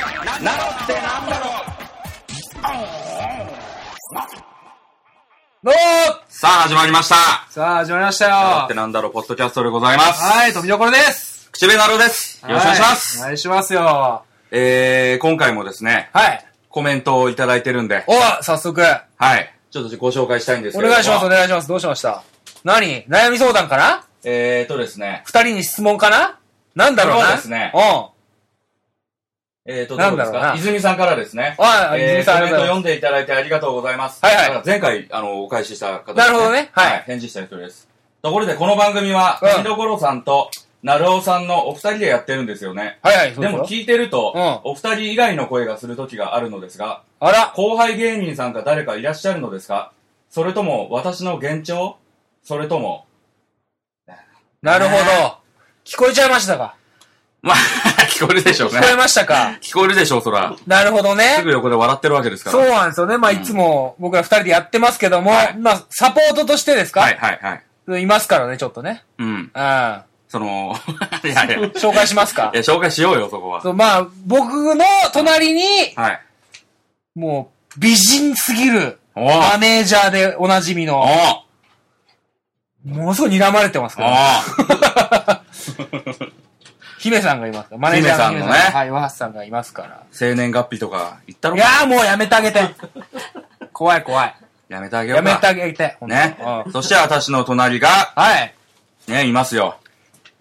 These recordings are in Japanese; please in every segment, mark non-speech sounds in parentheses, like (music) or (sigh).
ってなんだろどうもさあ、始まりました。さあ、始まりましたよ。だってなんだろう、ポッドキャストでございます。はい、富所です。口紅太郎です。よろしくお願いします。はお願いしますよ。はえー、今回もですね、い。コメントをいただいてるんで、お早速。はい。ちょっとご紹介したいんですおけれども。願いします、お願いします。どうしました何悩み相談かなえーとですね、二人に質問かななんだろうな。そうですねうん。えーと、どなんこでだすろうなか泉さんからですね。はいえー泉さんあコりメンがとうトございます読んでいただいてありがとうございます。はいはいだから前回、あの、お返しした方ですなねるほどねはい返事した人です。ところで、この番組は、うん富所さんと、なるおさんのお二人でやってるんですよね。はいはい、そうでですよも聞いてると、うんお二人以外の声がする時があるのですが、あら。後輩芸人さんか誰かいらっしゃるのですかそれとも私の幻聴それとも、なるほど。聞こえちゃいましたかまあ、聞こえるでしょう聞こえましたか聞こえるでしょう、そら。なるほどね。横で笑ってるわけですそうなんですよね。まあ、いつも僕ら二人でやってますけども、はいまあ、サポートとしてですか、いはいはい。い、ますからね、ちょっとね。うん。うん。紹その、 (laughs) いやいや。介しますかいや、紹介しようよ、そこは。そうまあ、僕の隣に、はい。もう、美人すぎる、おおマネージャーでおなじみおの、ものすごい睨まれてますおから、 (laughs) 姫さんがいますからマネージャー姫姫ささんんのねはい、和橋さんがいますから。生年月日とか言ったろいやーもうやめてあ (laughs) げて。怖い怖い。やめてあげよやうか。めてあげて。ほんとねう。んそして私の隣が、はい。ね、いますよ。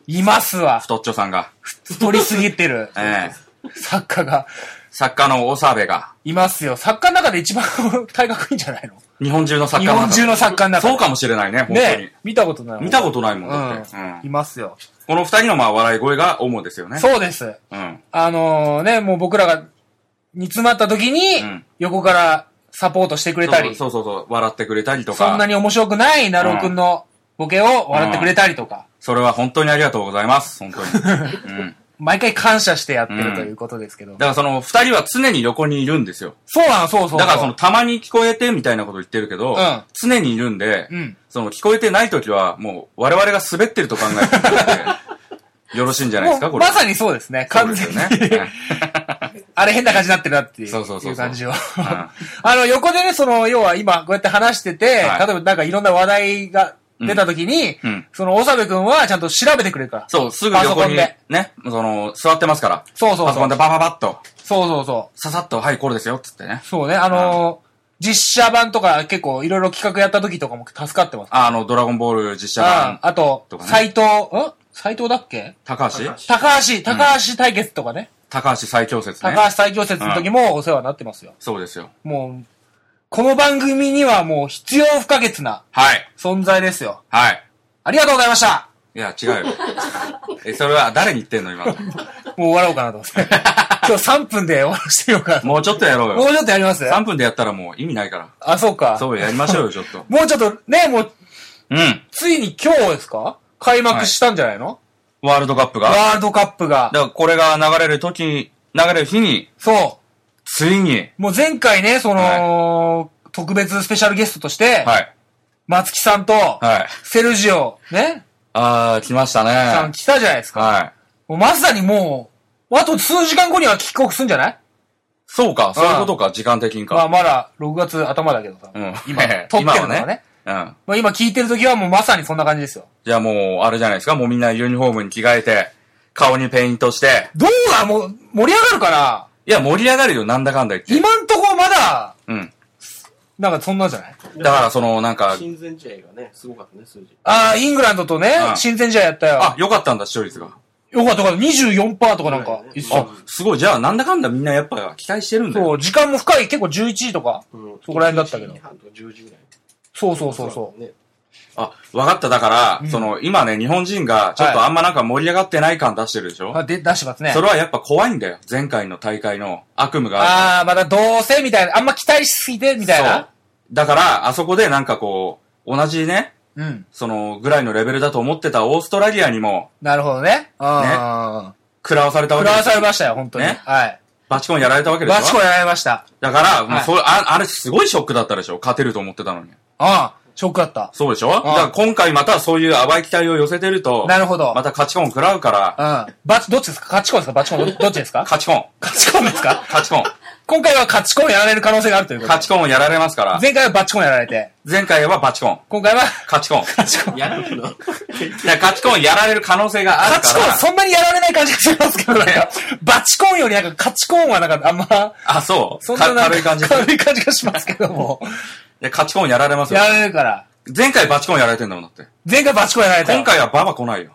いますわ。太っちょさんが。、太りすぎてる (laughs) ええ作家が。作家の長部が。いますよ。作家の中で一番体格いいんじゃないの日本中の作日家の本中の作家の中で。そうかもしれないね、本当にね。見たことない。見たことないもん、だって。ううんん。いますよ。この二人のまあ笑い声が主ですよね。う。そうです。うん。あのね、もう僕らが煮詰まった時にうん、横からサポートしてくれたり、そうそうそう、笑ってくれたりとか。そんなに面白くないナローくんのボケを笑ってくれたりとか、それは本当にありがとうございます、本当 (laughs) に。うん。毎回感謝してやってうんるということですけど。だからその二人は常に横にいるんですよ。そうなの、そうそうそう。だからその、たまに聞こえてみたいなこと言ってるけど、うん常にいるんで、うんその聞こえてない時はもう我々が滑ってると考えていただいてよろしいんじゃないですか、もこうれ。まさにそうですね。そう完です全よに。 (laughs) ね。あれ変な感じになってるなっていうそうそうそうそういう感じを。うん (laughs) あの、横でね、その、要は今、こうやって話してて、はい例えばなんかいろんな話題が出た時に、うんうんその、長部くんはちゃんと調べてくれるから。そう、すぐパソ横コンにで。ね、その、座ってますから。そうそうパそソコう。ンでバババッと、そうそうそささっと、はい、これですよ、つってねう。。そうね、あのー実写版とか結構いろいろ企画やった時とかも助かってます。ああの、ドラゴンボール実写あ版、あととか、ね斎、藤、ん斎藤だっけ高橋高橋、高橋対決とかね。高橋最強説ね。高橋最強説の時もお世話になってますよ。そうですよ。もう、この番組にはもう必要不可欠なはい、存在ですよ。はい。ありがとうございましたいや、違うよ。 (laughs) え、それは誰に言ってんの、今の。もう終わろうかなと思って。 (laughs) 今日3分で終わらしてようかなと。もうちょっとやろうもよ。うちょっとやります3分でやったらもう意味ないかあ、そうら。か。そうよ、やりましょうよ、ちょっと。もうちょっと、ね、もう、うん。ついに今日ですか開幕したんじゃないの、ワールドカップが。だかワールドカップが。らこれが流れる時に、流れる日に、そついに、う。もう前回ね、その、特別スペシャルゲストとして、はい。松木さんと、はい。セルジオ、ね、あー、来ましたさんね。来たじゃないですか。はい。もうまさにもう、あと数時間後には帰国するんじゃないそうか、そういうことか、時間的にまあか。まだ6月頭だけどさ。うん。 (laughs) (laughs) 今ええ、撮ってるの今はがね。うん。まあ今聞いてる時はもうまさにそんな感じですよ。じゃあもう、あれじゃないですか、もうみんなユニフォームに着替えて、顔にペイントして。どうだもう盛り上がるから、いや、盛り上がるよ、なんだかんだ言って。今んとこまだ、うん。なんかそんなんじゃないだから、その、なんか、親善試合がね、すごかったね、数字。ああ、イングランドとねうん、親善試合やったよ。あ、よかったんだ、視聴率が。よかったよかった、24%とかなんかうん、一緒あ。、すごい。じゃあ、なんだかんだみんなやっぱ期待してるんだよ。そう、時間も深い、結構11時とか。うんそこら辺だったけど11時半とか10時ぐらい。そうそうそうそう。ね。あ、わかった。だから、その、今ね、日本人が、ちょっとはいあんまなんか盛り上がってない感出してるでしょ、あで、出してますねそ。れはやっぱ怖いんだよ。前回の大会の悪夢があるああ、まだどうせみたいな、あんま期待しすぎてみたいそうな。だから、あそこでなんかこう、同じね、うん。その、ぐらいのレベルだと思ってたオーストラリアにも、なるほどね。ああ。食らわされたわ食けらわですよされましたよ、本当に。ねはい。バチコンやられたわけでしょバチコやられました。だから、もうはいそれあ、あれすごいショックだったでしょ勝てると思ってたのに。ああ、ショックだった。そうでしょだから今回またそういう淡い期待を寄せてると、なるほど。また勝ちコン食らうから、うん。バチ、どっちですかカチコンですかバチコンどどっちですか勝ちコン。カチコンですか (laughs) 勝ちコン。今回は勝ちコンやられる可能性があるということ勝ちコンをやられますから。前回はバッチコンやられて、前回はバチコン。今回は、勝ちコン。勝ちコン。やられ (laughs) るのいや、勝ちコンやられる可能性がある勝ちから。コン、そんなにやられない感じがしますけどね。バチコンよりなんか勝ちコンはなんかあんま、あ、そう。そんなかなん軽いか感じ。い軽い感じがしますけど (laughs) も。や、勝ちコンやられますよや。られるから。前回バチコンやられてんだもん、だって。前回バチコンやられた。今回はババ来ないよ。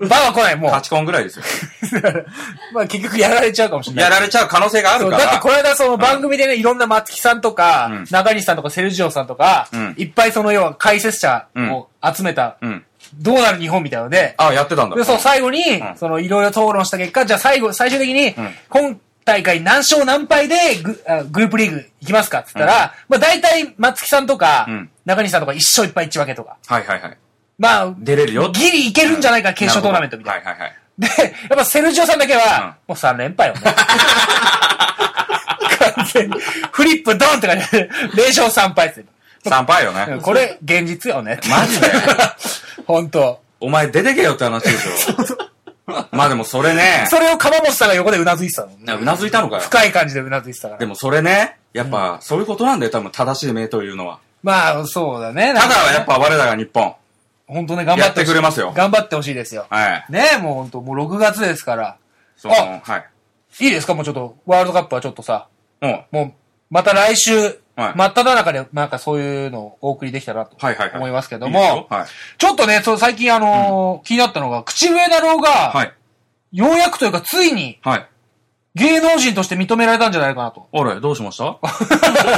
バは来ない、もうバ。チコンぐらいですよ。 (laughs) まあ結局やられちゃうかもしれない。やられちゃう可能性があそるうかだってらこ。の間その番組でね、いろんな松木さんとか、うん中西さんとかセルジオさんとか、うんいっぱいその要は解説者を集めた、うん。どうなる日本みたいなので、あ、やってたんだ。で、そう、最後に、んその、いろいろ討論した結果、じゃあ最後、最終的に、ん今大会何勝何敗でグあグループリーグ行きますかって言ったら、まあ大体松木さんとか、うん中西さんとか一勝一敗一分けとか。はいはいはい。まあ、出れるよ。ギリいけるんじゃないか、決勝トーナメントみたいな。なるほど。はいはいはい。で、やっぱセルジオさんだけは、もう3連敗よね。完全に。フリップドンって感じで、0勝3敗って。参拝よね。これ、現実よね。マジで (laughs) 本当お前出てけよって話でしょ。 (laughs) まあでもそれね、それを鎌本さんが横でうなずいてたの。なうなずいたのかよ。深い感じでうなずいてたから。でもそれね、やっぱそういうことなんだよ、多分正しい目というのは。まあ、そうだね。ただやっぱ我らが日本。本当ね、頑張ってほしいやってくれますよ頑張ってほしいですよ。はい。ねえ、もう本当もう6月ですから。その、あはい。いいですかもうちょっと、ワールドカップはちょっとさ、うん。はいもう、また来週、はい真っ只中で、なんかそういうのをお送りできたらとはいはい。思いますけどいいですよも、はい。ちょっとね、そう最近あのー気になったのが、口上だろうはが、い。ようやくというか、ついにはい。芸能人として認められたんじゃないかなと。あれ、どうしました (laughs)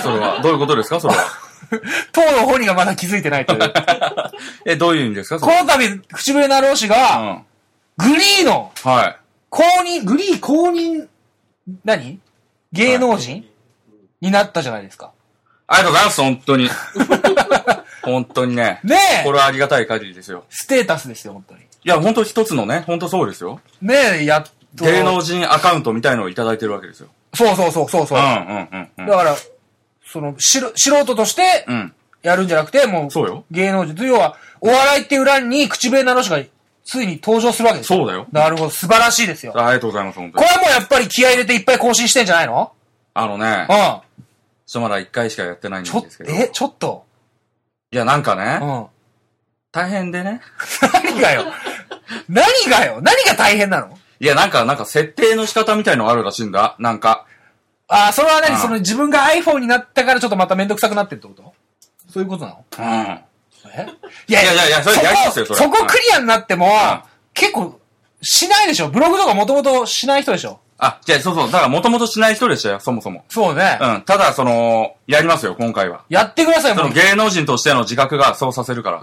それは。どういうことですかそれは。当の本人がまだ気づいてないとい (laughs) う。え、どういう意味ですかそこれの度、口笛なろう氏が、は。グリーのうん。はい。公認、グリー公認、何芸能人、になったじゃないですか。ありがとうございます、本 (laughs) 当に。本当にね。ねえこれはありがたい限りですよ。ステータスですよ、本当に。いや、本当一つのね、本当そうですよ。ねえ、やっと。芸能人アカウントみたいのをいただいてるわけですよ。そうそうそうそううそんう。うだんうんうん。から、その、しろ素人としてう、ん。やるんじゃなくて、もう、そうよ芸能人。要は、お笑いっていう欄に、口笛なのしが、ついに登場するわけですよ。そうだよ。なるほど、素晴らしいですよ。こありがとうございます、本当れに。はもうやっぱり気合い入れていっぱい更新してんじゃないのあのねう、ん。ちょ、まだ一回しかやってないんでちょっすけ、ど。え、ちょっと。いや、なんかうん。 (laughs) ね、何大変でね。がよ。何がよ。何が大変なのいや、なんか、なんか、設定の仕方みたいのがあるらしいんだ。なんか。ああ、それはうん何その自分が iPhone になったからちょっとまためんどくさくなってるってことそういうことなのうん。あえいやいやいやいやそれやりますよそそれこそこクリアになってもん、結構、しないでしょブログとかもともとしない人でしょ、じゃあ、そうそう。だから、もともとしない人でしたよ、そもそも。そうね。うん。ただ、その、やりますよ、今回は。やってください、そものう。芸能人としての自覚がそうさせるから。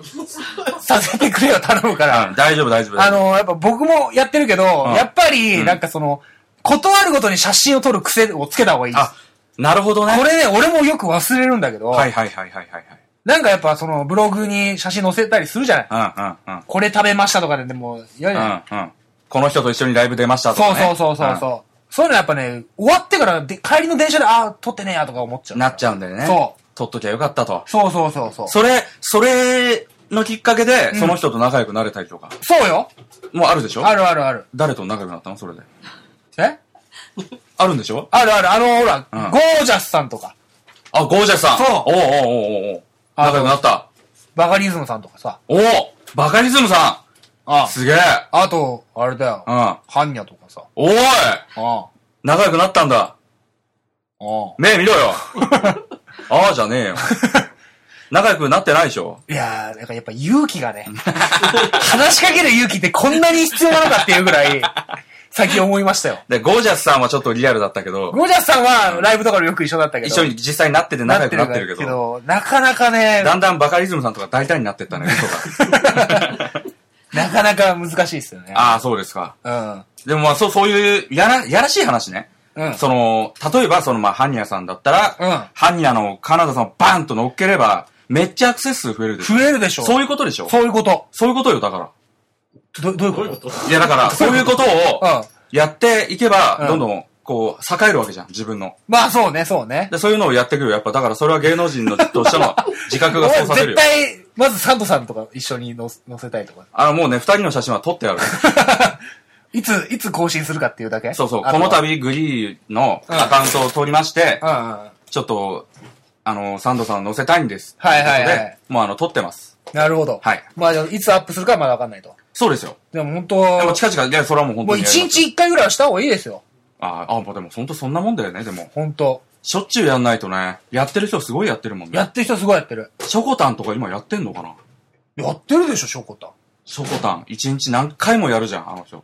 させてくれよ、頼むから。うん、大丈夫、大丈夫。あの、やっぱ僕もやってるけど、うんやっぱうり、んなんかその、断るごとに写真を撮る癖をつけた方がいいですあ、なるほどね。これね、俺もよく忘れるんだけど、はいはいはいはいはいなんかやっぱそのブログに写真載せたりするじゃないはい。うんうんうん。これ食べましたとかで、でも、嫌じゃないうんうん。この人と一緒にライブ出ましたとそか、うね。そうそうそうそう。そういうのやっぱね、終わってからで帰りの電車で、ああ、撮ってねえやとか思っちゃう。なっちゃうんだよね。。そう撮っときゃよかったと。そうそうそうそう。それ、それのきっかけで、その人と仲良くなれたりとか。そうよ。もうあるでしょあるあるある。誰と仲良くなったのそれで。えあるんでしょあるある。あの、ほら、うんゴージャスさんとか、あ、ゴージャスさん。そうおうおうおうおうおうあ仲良くなった。バカリズムさんとかさ。おおバカリズムさあんすげえあと、あれだよ。うん。ハンニャとかさ。おいあ仲良くなったんだ。あ。あ目見ろ (laughs) よああじゃねえよ。仲良くなってないでしょいやー、なんかやっぱ勇気 (laughs) がね、話しかける勇気ってこんなに必要なのかっていうぐらい、最近思いましたよ。で、ゴージャスさんはちょっとリアルだったけど、ゴージャスさんはライブとかでよく一緒だったけど。一緒に実際になってて仲良くなってるけど、なかなかね、だんだんバカリズムさんとか大胆になって (laughs) ったね、嘘が。なかなか難しいですよね。ああ、そうですか。うん。でもまあ、そう、そういう、やら、やらしい話ね。うん。その、例えば、そのまあ、ハンニャさんだったら、うんハンニャのカナダさんをバーンと乗っければ、めっちゃアクセス数増えるでしょ。増えるでしょそういうことでしょそういうこと。そういうことよ、だから。ど、どういうこといや、だから、そういうことを、うん。やっていけばう、んどんどん、こう、栄えるわけじゃん、自分の。まあそうね、そうね。で、そういうのをやっていくよ。やっぱ、だから、それは芸能人のとしての自覚がそうさせる (laughs) 絶よ。対、まずサンドさんとか一緒に乗せ乗せたいとか。あの、もうね、二人の写真は撮ってある。いつ、いつ更新するかっていうだけそうそう、あこの度グリーのうんアカウントを取りまして、うんうん。ちょっと、あの、サンドさんを載せたいんです。はいはいはいとうことでもうあの、撮ってます。なるほど。はい。まあ、じゃあいつアップするかはまだわかんないと。そうですよ。でも本でも当近々、いや、それはもう本も当うに。一日一回ぐらいはした方がいいですよ。ああ、もうでも本当そんなもんだよね、でも。本当しょっちゅうやんないとね。やってる人すごいやってるもんね。やってる人すごいやってる。ショコタンとか今やってんのかなやってるでしょ、ショコタン。ショコタン。一日何回もやるじゃん、あの人。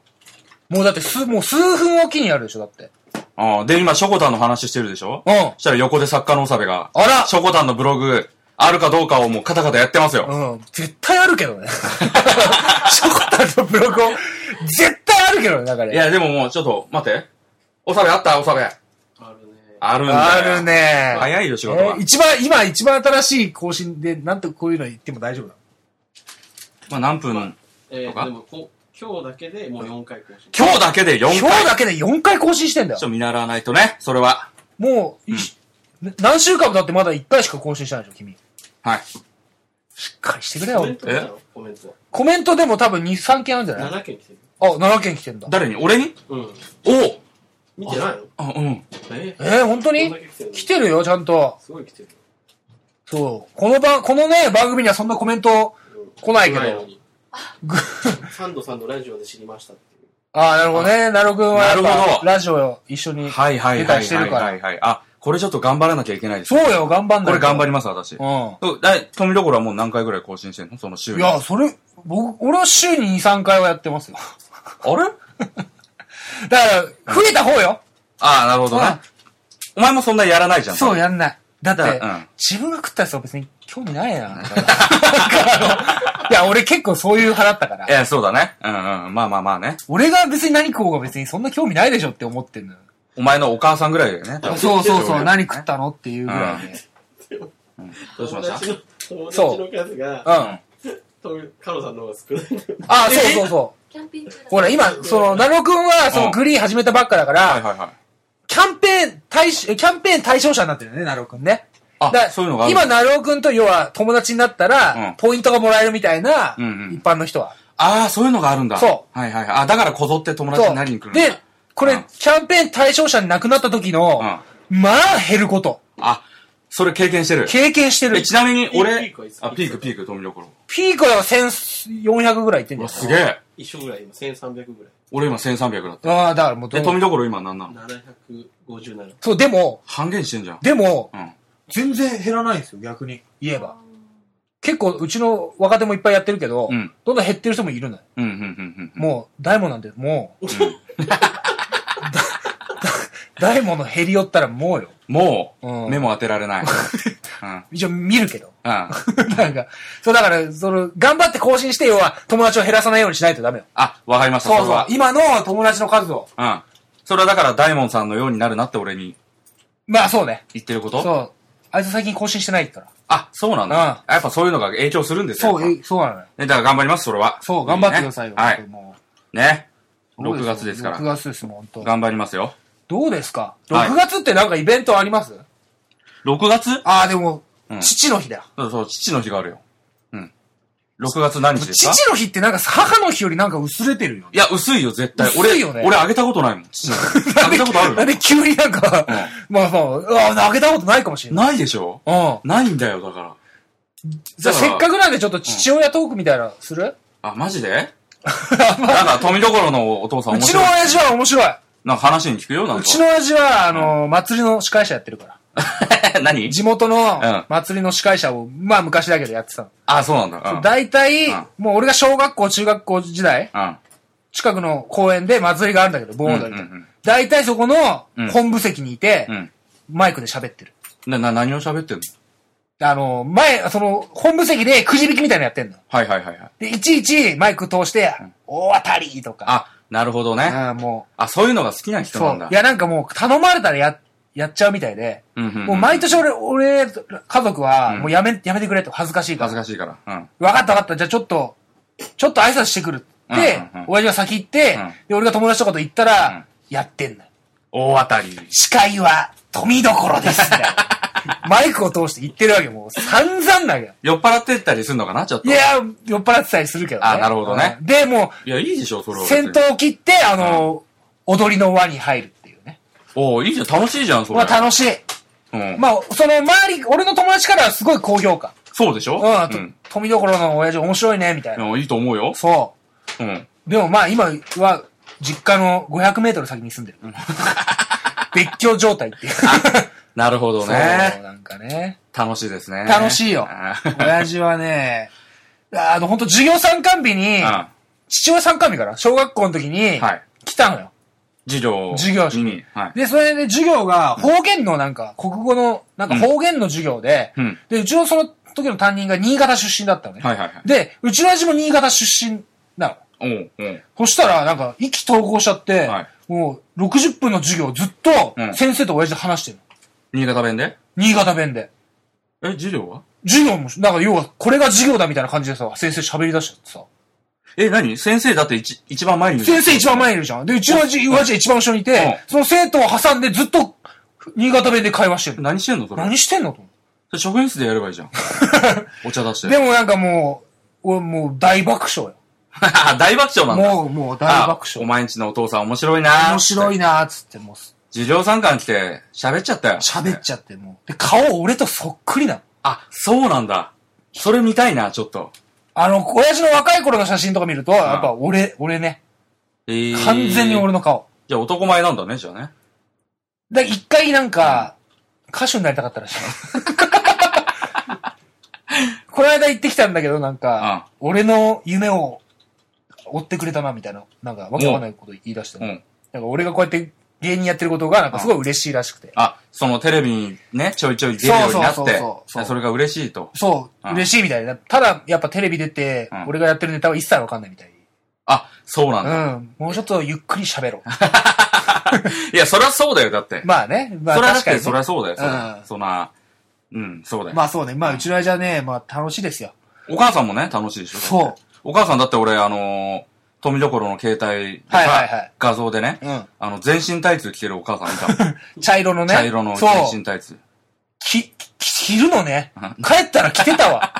もうだってす、もう数分おきにやるでしょ、だって。ああ、で、今、ショコタンの話してるでしょうん。そしたら横で作家の長部が、あらショコタンのブログ、あるかどうかをもうカタカタやってますよ。うん。絶対あるけど (laughs) ね。ショコタンのブログを、絶対あるけどね、中いで。や、でももう、ちょっと、待って。おさべあったおさべ。あるね。あるんだよ。ある。ね。早いよ、仕事えはー。一番、今一番新しい更新で、なんとこういうの言っても大丈夫だ。まあ、何分えとかー、でもこ、今日だけでもう4回更新。今日だけで4回。今日だけで4回更新してんだちょよ。っと見習わないとね、それは。もう、いしな何週間もだってまだ1回しか更新してないでしょ、君。はい。しっかりしてくれコメンよ。ト来たのコメント。コメントでも多分2、3件あるんじゃない7件来てる。あ、7件来てんだ。誰に俺にうん。おう見てないのあ、うん。ええー、本当こんにだけ来てるの来てるよ、ちゃんと。すごい来てる。そう。この番、このね、番組にはそんなコメントうん来ないけ来のど。にぐサンドさんのラジオで知りましたっていう。ああ、なるほどね。なるくんはやっなるほぱ、どラジオ一緒に。はいはい出はたりいしてはるいからはいはい。あ、これちょっと頑張らなきゃいけないです。そうよ、頑張んないことれ頑張ります、私。うん。え、富所はもう何回ぐらい更新してんのその週うにん。いや、それ、僕、俺は週に2、3回はやって (laughs) ますよ。あれだから、増えた方よ。ああ、なるほどね。お前もそんなやらないじゃん。そう、やんない。だって、だうん自分が食ったやつは別に興味ないやん。なんかあのいや、俺結構そういう派だったからい。や、そうだね。うんうん。まあまあまあね。俺が別に何食おうが別にそんな興味ないでしょって思ってんのよ。お前のお母さんぐらいだよね。多分そうそうそう、何食ったのっていうぐらいで。どうしました友達のそう友達の数がう、ん。とカロさんの方が少ないんだよ。あ、そうそうそう。キャンピングカーほら、今、その、ナロ君は、その、グリーン始めたばっかだかはいら、はいはい。キャンペーン対象、えキャンペーン対象者になってるよね、ナロ君ね。あだからそういうのがある今、ナロ君と、要は、友達になったうんら、ポイントがもらえるみたいな、うんうん一般の人は。ああ、そういうのがあるんだ。。そうはいはいはい。あ、だからこぞって友達そになりに来う。るんだ。で、こうれん、キャンペーン対象者になくなった時の、まあ、減ること。あ、それ経験してる。経験してるえ、。ちなみにピ俺ークはい、つあ、ピークピーク、富所。ピークは1400ぐらいいってんうじゃわ、ん。すげえ。一緒ぐらい、今1300ぐ俺今1300だった。ああ、だからもうどで、う、富所今何なのらい。757。そう、でも、半減してんじゃん。でも、うん。全然減らないんですよ、逆に。言えば。結構、うちの若手もいっぱいやってるけど、うんどんどん減ってる人もいるのよ。うん、うん、うん、うん。もう、大門なんて、もう、大門の減り寄ったらもうよ。もうう、ん目も当てら (laughs) れない。うん。うん。一応見るけど。あ、 (laughs) なんか、そうだから、その、頑張って更新して、要は、友達を減らさないようにしないとダメよ。わかりました、そそうれそうは。。今の友達の数を。うん。それはだから、大門さんのようになるなって俺にまあ、そうね。言ってることそう。あいつ最近更新してないから。あ、そうなんだ。やっぱそういうのが影響するんですよ。そう、やっえそうなのよ。ぱね、だから頑張ります、それは。そう、頑張ってくださいよ。ねは本い。当もね。う6月ですか6ら。月ですもん、本当。頑張りますよ。どうですかはい6月ってなんかイベントあります6月ああ、でもうん、父の日だよ。そうそう、父の日があるよ。うん。6月何日ですか父の日ってなんか母の日よりなんか薄れてるよね。いや、薄いよ、絶対。俺、薄いよね俺、あげたことないもん。父の (laughs) 日。あげたことあなんるで急になんか、まあまあ、うわあげたことないかもしれない。ないでしょうん。ないんだよ、だから。じゃあせっかくなんでちょっと父親トークみたいなのする (laughs) あ、マジでなんか、富所のお父さんう面ちの白い。親父は面白い。なんか話に聞くよ、なんか。うちの親父は、あの、祭りの司会者やってるから。 (laughs) 何地元んの祭りの司会者を、まあ昔だけどやってたの。あ、そうなんだ。うん。大体うん、もう俺が小学校、中学校時代、うん。近くの公園で祭りがあるんだけど、盆踊りうんうんうんで。大体そこのうん本部席にいてう、ん。マイクで喋ってる。な、な、何を喋ってんのあの、前、その、本部席でくじ引きみたいなのやってんの。はいはいはいはい。で、いちいちマイク通して、大当たりとか。あ、なるほどね。ああ、もあ、そういうのが好きなう、人そなんうだ。。いや、なんかもう、頼まれたらや、やっちゃうみたいで、うんうんうんもう毎年俺、俺、家族は、もうやめ、やめてくれと、恥ずかしいか恥ずら。かしいから。うん。わかったわかった、じゃあちょっと、ちょっと挨拶してくるってうんうんうん、親父が先行ってうん、で、俺が友達とかと言ったら、やってんのよ。大当たり。 (laughs) 司会は、富所です、みたいな。マイクを通して言ってるわけ、もう散々なわけ (laughs) よ。酔っ払ってったりするのかなちょっと。いや、酔っ払ってたりするけどね。あなるほどねうん。で、もいや、いいでしょ、それう、は。戦闘を切って、あの、踊りの輪に入るっていうね。おおいいじゃん、楽しいじゃん、それ。まあ楽しい。うん。まあ、その周り、俺の友達からはすごい高評価。そうでしょうん、と富所の親父面白いね、みたいな。うん。いいと思うよ。そ (laughs) うん。う。でもまあ今は、実家の500メートル先に住んでる。別居状態 (laughs) っていう。なるほどそう、ね。なんかね。楽しいですね。楽しいよあー親父はね、あの、本当授業参観日に、う父親参観日から小学校の時にん。、はい。来たのよ。授業授業式に。はい。で、それで授業が方言のなんか、国語の、なんか方言の授業で、うんうんで、うちのその時の担任が新潟出身だったのね。はいはいはい。で、うちの親父も新潟出身なの。おうおうそしたら、なんか、意気投合しちゃって、はいもう、60分の授業ずっとう、ん先生と親父で話してるの。新潟弁で新潟弁で。え、授業は授業も、なんか、要は、これが授業だみたいな感じでさ、先生喋り出しちゃってさ。え、何先生だって一一番前にいる先生一番前にいるじゃん。で、うちの親父、親父が一番後ろにいて、うその生徒を挟んでずっと、新潟弁で会話してるの。何してんのそれ。何してんのと思っ。それ職員室でやればいいじゃん。お茶出してて。でもなんかもう、俺もう大爆笑よ。 (laughs) 大爆笑なんだ。もう、もう大爆あお笑。前んちのお父さん面白いな。面白い。いなーっつって、もう、授業参観来て喋っちゃったよ。喋っちゃって、もう。で、顔俺とそっくりなの。あ、そうなんだ。それ見たいな、ちょっと。あの、親父の若い頃の写真とか見ると、やっぱ俺、俺ね。えー完全に俺の顔。じゃあ男前なんだね、じゃあね。で、一回なんか、歌手になりたかったら (laughs) しい。この間行ってきたんだけど、なんか、俺の夢を追ってくれたな、みたいな、なんか、わけわかんないこと言い出して、うねん。なんか俺がこうやって芸人やってることが、なんかすごい嬉しいらしくて。あ、そのテレビにね、ちょいちょい出るようになって、そそうそうそうそうれが嬉しいと。そう、うん嬉しいみたいな。ただ、やっぱテレビ出てうん、俺がやってるネタは一切わかんないみたい。あ、そうなんうだ。ん。もうちょっとゆっくり喋ろう。 (laughs) いや、そりゃそうだよ、だって。まあね。まあそりゃだっ確かにて、ねそりゃそうだよ、そりうゃんそんな、うん、そうだよ。まあそうね。まあうちの間ね、まあ楽しいですよ。 (laughs) お母さんもね、楽しいでしょ。そうだって。お母さんだって俺、あのー、富所の携帯でさはいはいはい画像でね、うんあの、全身タイツ着てるお母さんいたもん茶色のね。茶色のそう。全身タイツ。き、き着るのねうん。帰ったら着てた (laughs) わ。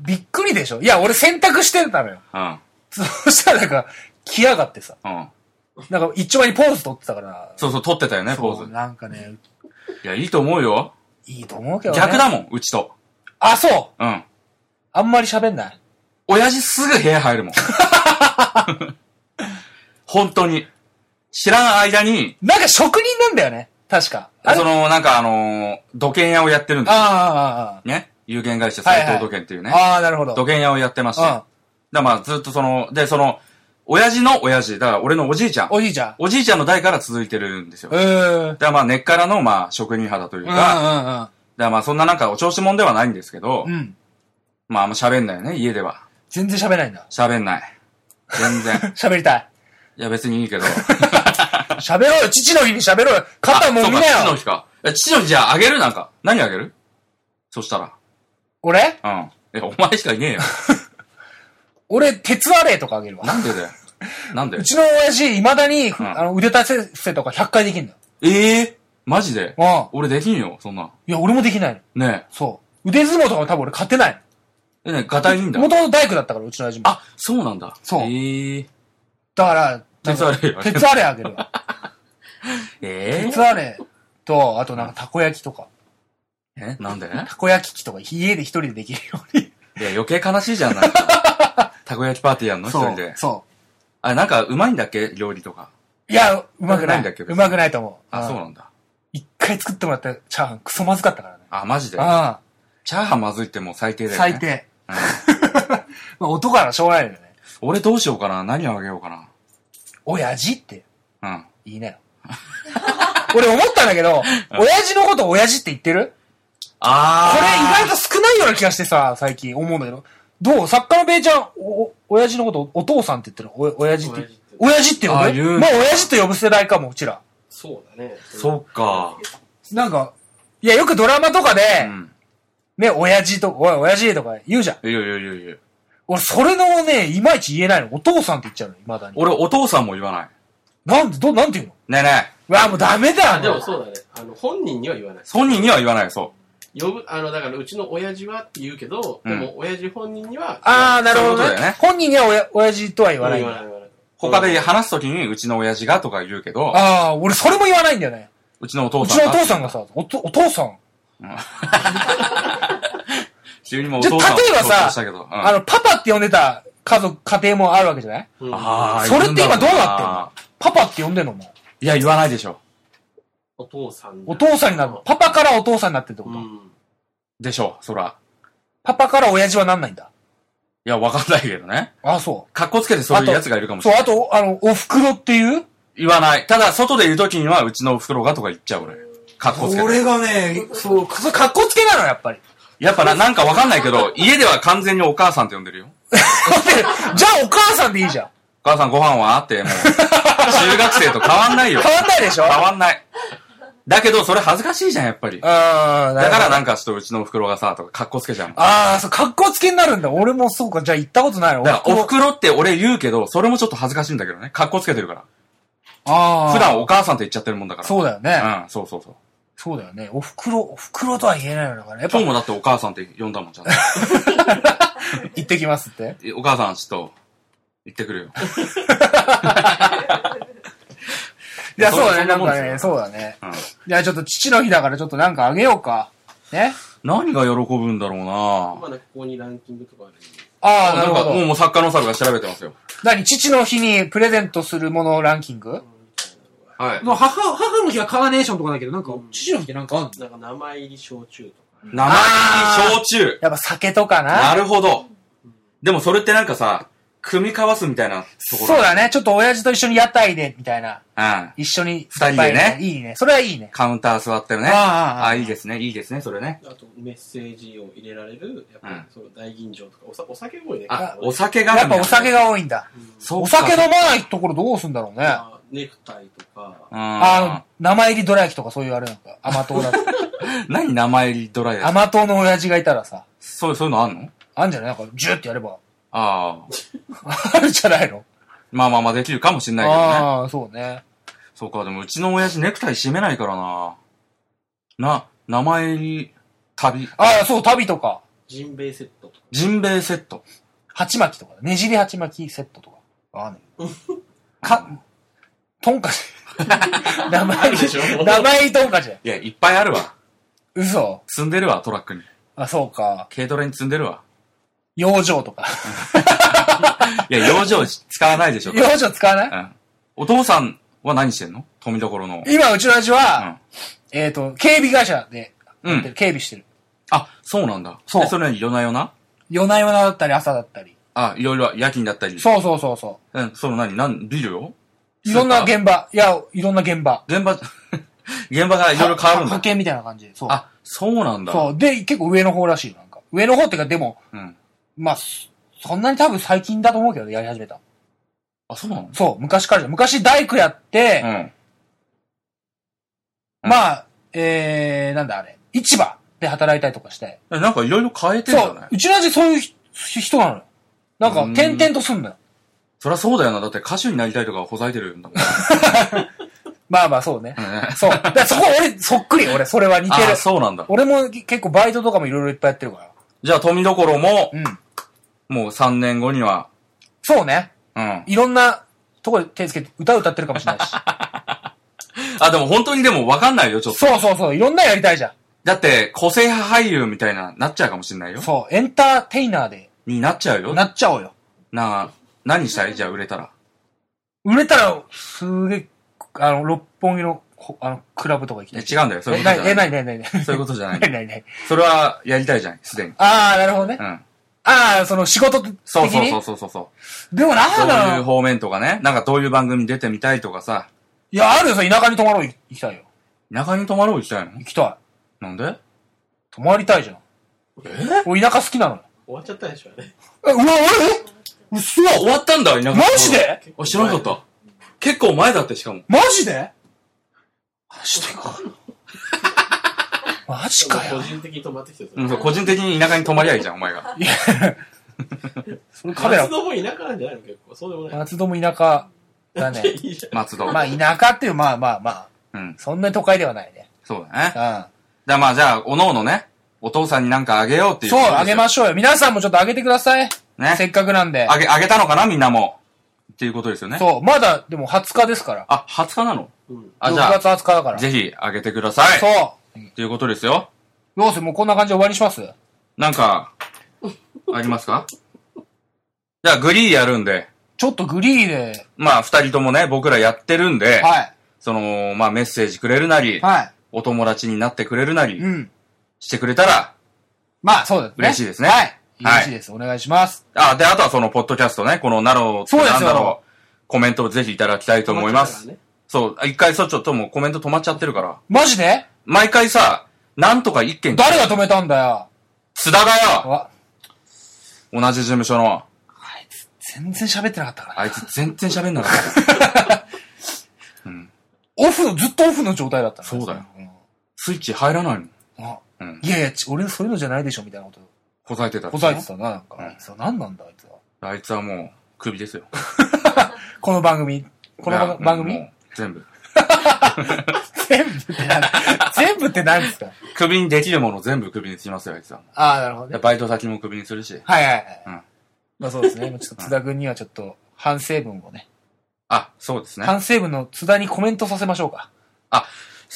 びっくりでしょ。いや、俺洗濯してたのよ。 (laughs) うん。そしたらなんか、着やがってさ。うん。なんか、一丁前にポーズ取ってたから。そうそう、撮ってたよね、ポそーうズ。なんかね、いや、いいと思うよ。いいと思うけどね。逆だもん、うちと。あ、そう。うん。あんまり喋んない。親父すぐ部屋入るもん。 (laughs) 本当に。知らん間に、なんか職人なんだよね。確か。あれその、なんかあのー土建屋をやってるんですよ。あね。有限会社はいはい斉藤土建っていうあ、ね。ああ、なるほど。土建屋をやってまして。うんだからまあずっとその、で、その、親父の親父、だから俺のおじいちゃん。おじいちゃん。おじいちゃんの代から続いてるんですよ。うだかーん。うんらまあ根っからのまあ職人肌といううか、だかんらまあそんななんかお調子者ではないんですけど、うん。うん。まああんま喋んないよね、家では。全然喋ないんだ。喋んない。全然。 (laughs) 喋りた (laughs) い。いや別にいい (laughs) けど。喋ろうよ、父の日に喋ろうよ。肩もみなあそよ。うか父の日か。え父の日じゃああげるなんか。何あげるそしたら。俺うん。え、お前しかいねえよ。俺、鉄アレイとかあげるわ。なんで (laughs) だよ。なんでうちの親父、未だに、んあの、腕立て伏せとか100回できんだええマジでよ。うん。俺できんよ、そんな。いや、俺もできないの。ねそう。腕相撲とかも多分俺勝てないえ。え、ねガタイいいんだの。も。ともと大工だったから、うちの親父も。あ、そうなんだ。そうええだから、鉄アレイ鉄アレイあげるわ。 (laughs) え鉄アレイと、あとなんか、たこ焼きとか。ええなんでたこ焼き器とか、家で一人でできるように。いや、余計悲しいじゃん、なんか。 (laughs) たこ焼きパーティーやんの一そ人うで。。そあれ、なんか、うまいんだっけ料理とか。う。いや、うまくうまないい。んだっけうまくないと思う。あ、そううなんんだ。一回作ってもらったチャーハン、クソまずかったからね。あ、マジで。あチャーハンまずいってもう最低あ、だよね。最低。 (laughs) まあ、音からしょうがないよね。俺どうしようかな何をあげようか親父ってなうん。言いなよ。 (laughs) 俺思ったんだけど、親父のこと親父って言ってるこれあ意外と少ないような気がしてさ、最近思うんだけど。どう作家のべイちゃん、お、お親父のことお父さんって言ってるお、親父って。親父って呼ぶあ言うまあ親父と呼ぶ世代かも、うちら。そうだね。そうか。なんか、いや、よくドラマとかで、うん。ね、親父と、おい、親父とか言うじゃん。いやいやいやいや。俺、それのね、いまいち言えないの。お父さんって言っちゃうの、未だに。俺、お父さんも言わない。なんで、ど、なんて言うのねえねえ、わあ、もうダメだでもそうだね。あの、本人には言わない。本人には言わない、そ呼ぶ、あの、だからうちの親父はって言うけど、うんでも親父本人には、ああ、なるほそういどうことだよねね。本人にはおや親父とは言言わわなないい。ん言わなだ。い、言わない。う。他で話すときに、うちの親父がとか言うけど、ああ、俺それも言わないんだよね。うちのお父うさちんのが。お父さんがさ、おとお父さん。急にもうおじゃ父さんあ、例えばお父さんさ、したけどうんあの、パパって呼んでた家族、家庭もあるわけじゃないうんあーそれって今どう言うんだろなってんのパパって呼んでんのもいや、言わないでしょ。お父さんう。おさ父さんになるの。パパからお父さんになってるってこうと、ん。でしょ、そら。パパから親父はなんないんだ。いや、わかんないけどね。ああ、そかっこつけてそういうやつがいるかう。もしそう、れない。あと、あの、お袋っていう言わない。ただ、外で言うときには、うちのお袋がとか言っちゃう、俺。かっこつけて。俺がね、そう、それ格好つけなの、やっぱり。やっぱな、なんかわかんないけ (laughs) ど、家では完全にお母さんって呼んでるよ。だって (laughs) じゃあお母さんでいいじゃん。お母さんご飯は (laughs) って、もう、中学生と変わんないよ。変わんないでしょ変わんない。だけど、それ恥ずかしいじゃん、やっぱり。だああ、からななるほど。んかちょっとうちのお袋がさ、とか、かっこつけちゃうもん。だああ、そう、格好つけになるんだ。俺もそうか、じゃあ行ったことないの。から、お袋って俺言うけど、それもちょっと恥ずかしいんだけどね。かっこつけてるから。ああ。普段お母さんって言っちゃってるもんだから。そうだよね。うん、そうそうそう。そうだよね。お袋、お袋とは言えないのだから。やっぱ今日、もだってお母さんって呼んだもん、ちゃんと。行ってきますって。えお母さん、ちょっと、行ってくる (laughs) よ。いや、そうだそね。んななんもんでかすよね、そうだね。うん。いや、ちょっと父の日だからちょっとなんかあげようか。ね。何が喜ぶんだろうなまだここにランキングとかある。ああ、ななるんほか、もうど。もう作家の猿が調べてますよ。何父の日にプレゼントするものランキングはい。まあ母、母の日はカーネーションとかだけど、なんかうん、父の日ってなんかあんのなんか名前入り焼酎とか。生意気焼酎。やっぱ酒とかなな。るほど。でもそれってなんかさ、組み交わすみたいなところ。そうだね。ちょっと親父と一緒に屋台で、みたいな。うん。一緒に。二人でねいいね。それはいいね。カウンター座ってるね。あああああ、いいですね、いいですね、それね。あとメッセージを入れられる、やっぱうんりその大吟醸とか、おさお酒多いね。あ、おお酒が。やっぱお酒が。が多いんだ。そうおか酒飲まないところどうすんだろうね。あネクタイとか、うんの、。生入りどら焼きとかそういうあれなんか、甘党だ (laughs) と。何生入りドライヤー甘党の親父がいたらさ、そう、そういうのあんのあんじゃないなんか、ジュってやれば、 (laughs) ああ。あるじゃないのまあまあまあできるかもしんないけどね。ああ、そうね。そうか、でもうちの親父ネクタイ締めないからな。な、名前に、旅、ああ、そう、旅とか、ジンベイセットとか。ジンベイセット。鉢巻きとか、ねじり鉢巻きセットとか。ああね。 (laughs) か、トンカチ。名前るでしょ入り、名前入りトンカチだよ。いや、いっぱいあるわ。嘘。積んでるわ、トラックに。あ、そうか。軽トラに積んでるわ。養生とか。 (laughs) いや、養生使わないでしょ。う養生使わないん。お父さんは何してんの富所の。今、うちの親父は、えっと、警備会社で、うん警備してる。あ、そうなんだ。そうえそれ何夜な夜な夜な夜なだったり、朝だったり。あ、いろいろ夜勤だったり。そうそうそうそう。うん、その何なん、ビルよいろんな現場。いや、いろんな現場。現場、 (laughs) 現場がいろいろ変わるん派だ。遣みたいな感じで。そう。あ、そうなんだ。そう。で、結構上の方らしいよなんか。上の方っていうか、でも、うん。まあ、そそんなに多分最近だと思うけどね、やり始めた。あ、そうなのそう、昔からじゃん昔大工やって、うん。まあ、えー、なんだあれ、市場で働いたりとかして。えなんかいろいろ変えてんそだねう、。うちの味そういうひ人なのよ。なんか、うん転々とすんのよ。そりゃそうだよな。だって歌手になりたいとかほざいてるんだもん。まあまあ、そうね。うんそう。だからそこ俺、そっくり、俺、それは似てるあ、。そうなんだ。俺も結構バイトとかもいろいろいっぱいやってるから。じゃあ、富所も、うん。もう3年後には、そうね。うん。いろんなとこで手つけて、歌歌ってるかもしれないし。あ、でも本当にでも分かんないよ、ちょっと。そうそうそう、いろんなやりたいじゃだって、個性派俳優みたいな、なっちゃうかもしんないよん。。そう、エンターテイナーで、になっちゃうよ。ななっちゃおうよ。あ、何したいじゃあ売れたら。売れたら、すげえ、あの、六本木の、こあの、クラブとか行きいたやい。違うんだよ。そういうえ、ことないじゃ、なえ、い。ない、ない、ない。そういうことじゃな (laughs) いない、ない、ない。それはやりたいじゃん、すでに。ああ、なるほどねう。ん。ああ、その仕事的に。そうそうそうそうそうそう。でもなんどうだいうろう。方面とかね。なんかどういう番組出てみたいとかさ。いや、あるよ、そう田舎に泊まろう、行きたいよ。田舎に泊まろう行きたいの行きたい。なんで泊まりたいじゃん。え俺、田舎好きなのよ。終わっちゃったでしょ、あれ。え、うわ、俺、うっそ終わったんだ、田舎マジであ、知らなかった。結構前だって、しかも。マジでマジでか。マジか個よ。人的に泊まってきてる。うん、そう、個人的に田舎に泊まりゃいいじゃん、お前が。それカメラ松、戸も田舎なんじゃないの結構。そうでもない。松戸も田舎だね。いいじゃん。松戸。まあ、田舎っていう、まあまあまあ。うん。そんなに都会ではないね。そうだね。うだかん。らまあじゃあ、おのおのね、お父さんになんかあげようっていう。そう、あげまししょうよ。皆さんもちょっとあげてください。ねせっかくなんで。あげ、あげたのかなみんなも。っていうことですよね。そう、まだ、でも20日ですから。あ、20日なのうん。あ、じ6ゃ月20日だかあ、ら。ぜひあげてください。そう。っていうことですよ。どうするもうこんな感じで終わりにしますなんか、ありますかじゃあ、グリーやるんで、ちょっとグリーで。まあ、二人ともね、僕らやってるんで、はその、まあ、メッセージくれるなり、い。は。お友達になってくれるないり、うん。してくれたら、まあ、そうだね。嬉しいですねはい。は嬉いしいです。お願いします。あ、で、あとはその、ポッドキャストね、この、なろそうですよなんだろう、コメントをぜひいただきたいと思います。そう、あ一回そ、ちょっともうコメント止まっちゃってるから、マジで毎回さ、なんとか一件、誰が止めたんだよ。津田がよ、わ、同じ事務所の、全然喋ってなかったから。あいつ全然喋んなかった。 (laughs) オフ、ずっとオフの状態だったのそうだよ。スイッチ入らないの。うんあうんいやいや、ち俺そういうのじゃないでしょ、みたいなこと。こさえてた。こさえてたな、なんか。うんそう、なんなんだ、あいつは。あいつはもう、クビですよ。この番組。このいや番番組もう全部。全部って (laughs) 何全部って何ですかクビにできるもの全部クビにしますよ、あいつは。ああ、なるほどね。バイト先もクビにするし。はいはいはい。うんまあそうですね。ちょっと津田君にはちょっと反省文をね。あ、そうですね。反省文の津田にコメントさせましょうか。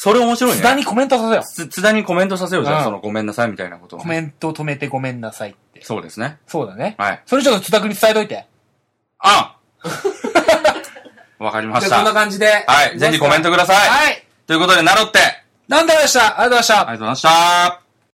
それ面白い津田ね。にコメントさせよう。つ津田にコメントさせようじゃ、うんんそのごめんなさいみたいなことをコ。メント止めてごめんなさいって。そうですね。そうだね。はい。それちょっと津田君に伝えといて。あ (laughs) わかりましじゃあこんなた。感じで。はい。ぜひコメントください。はい。ということで、なろって、なんでもありがとうございました。ありがとうございました。ありがとうございました。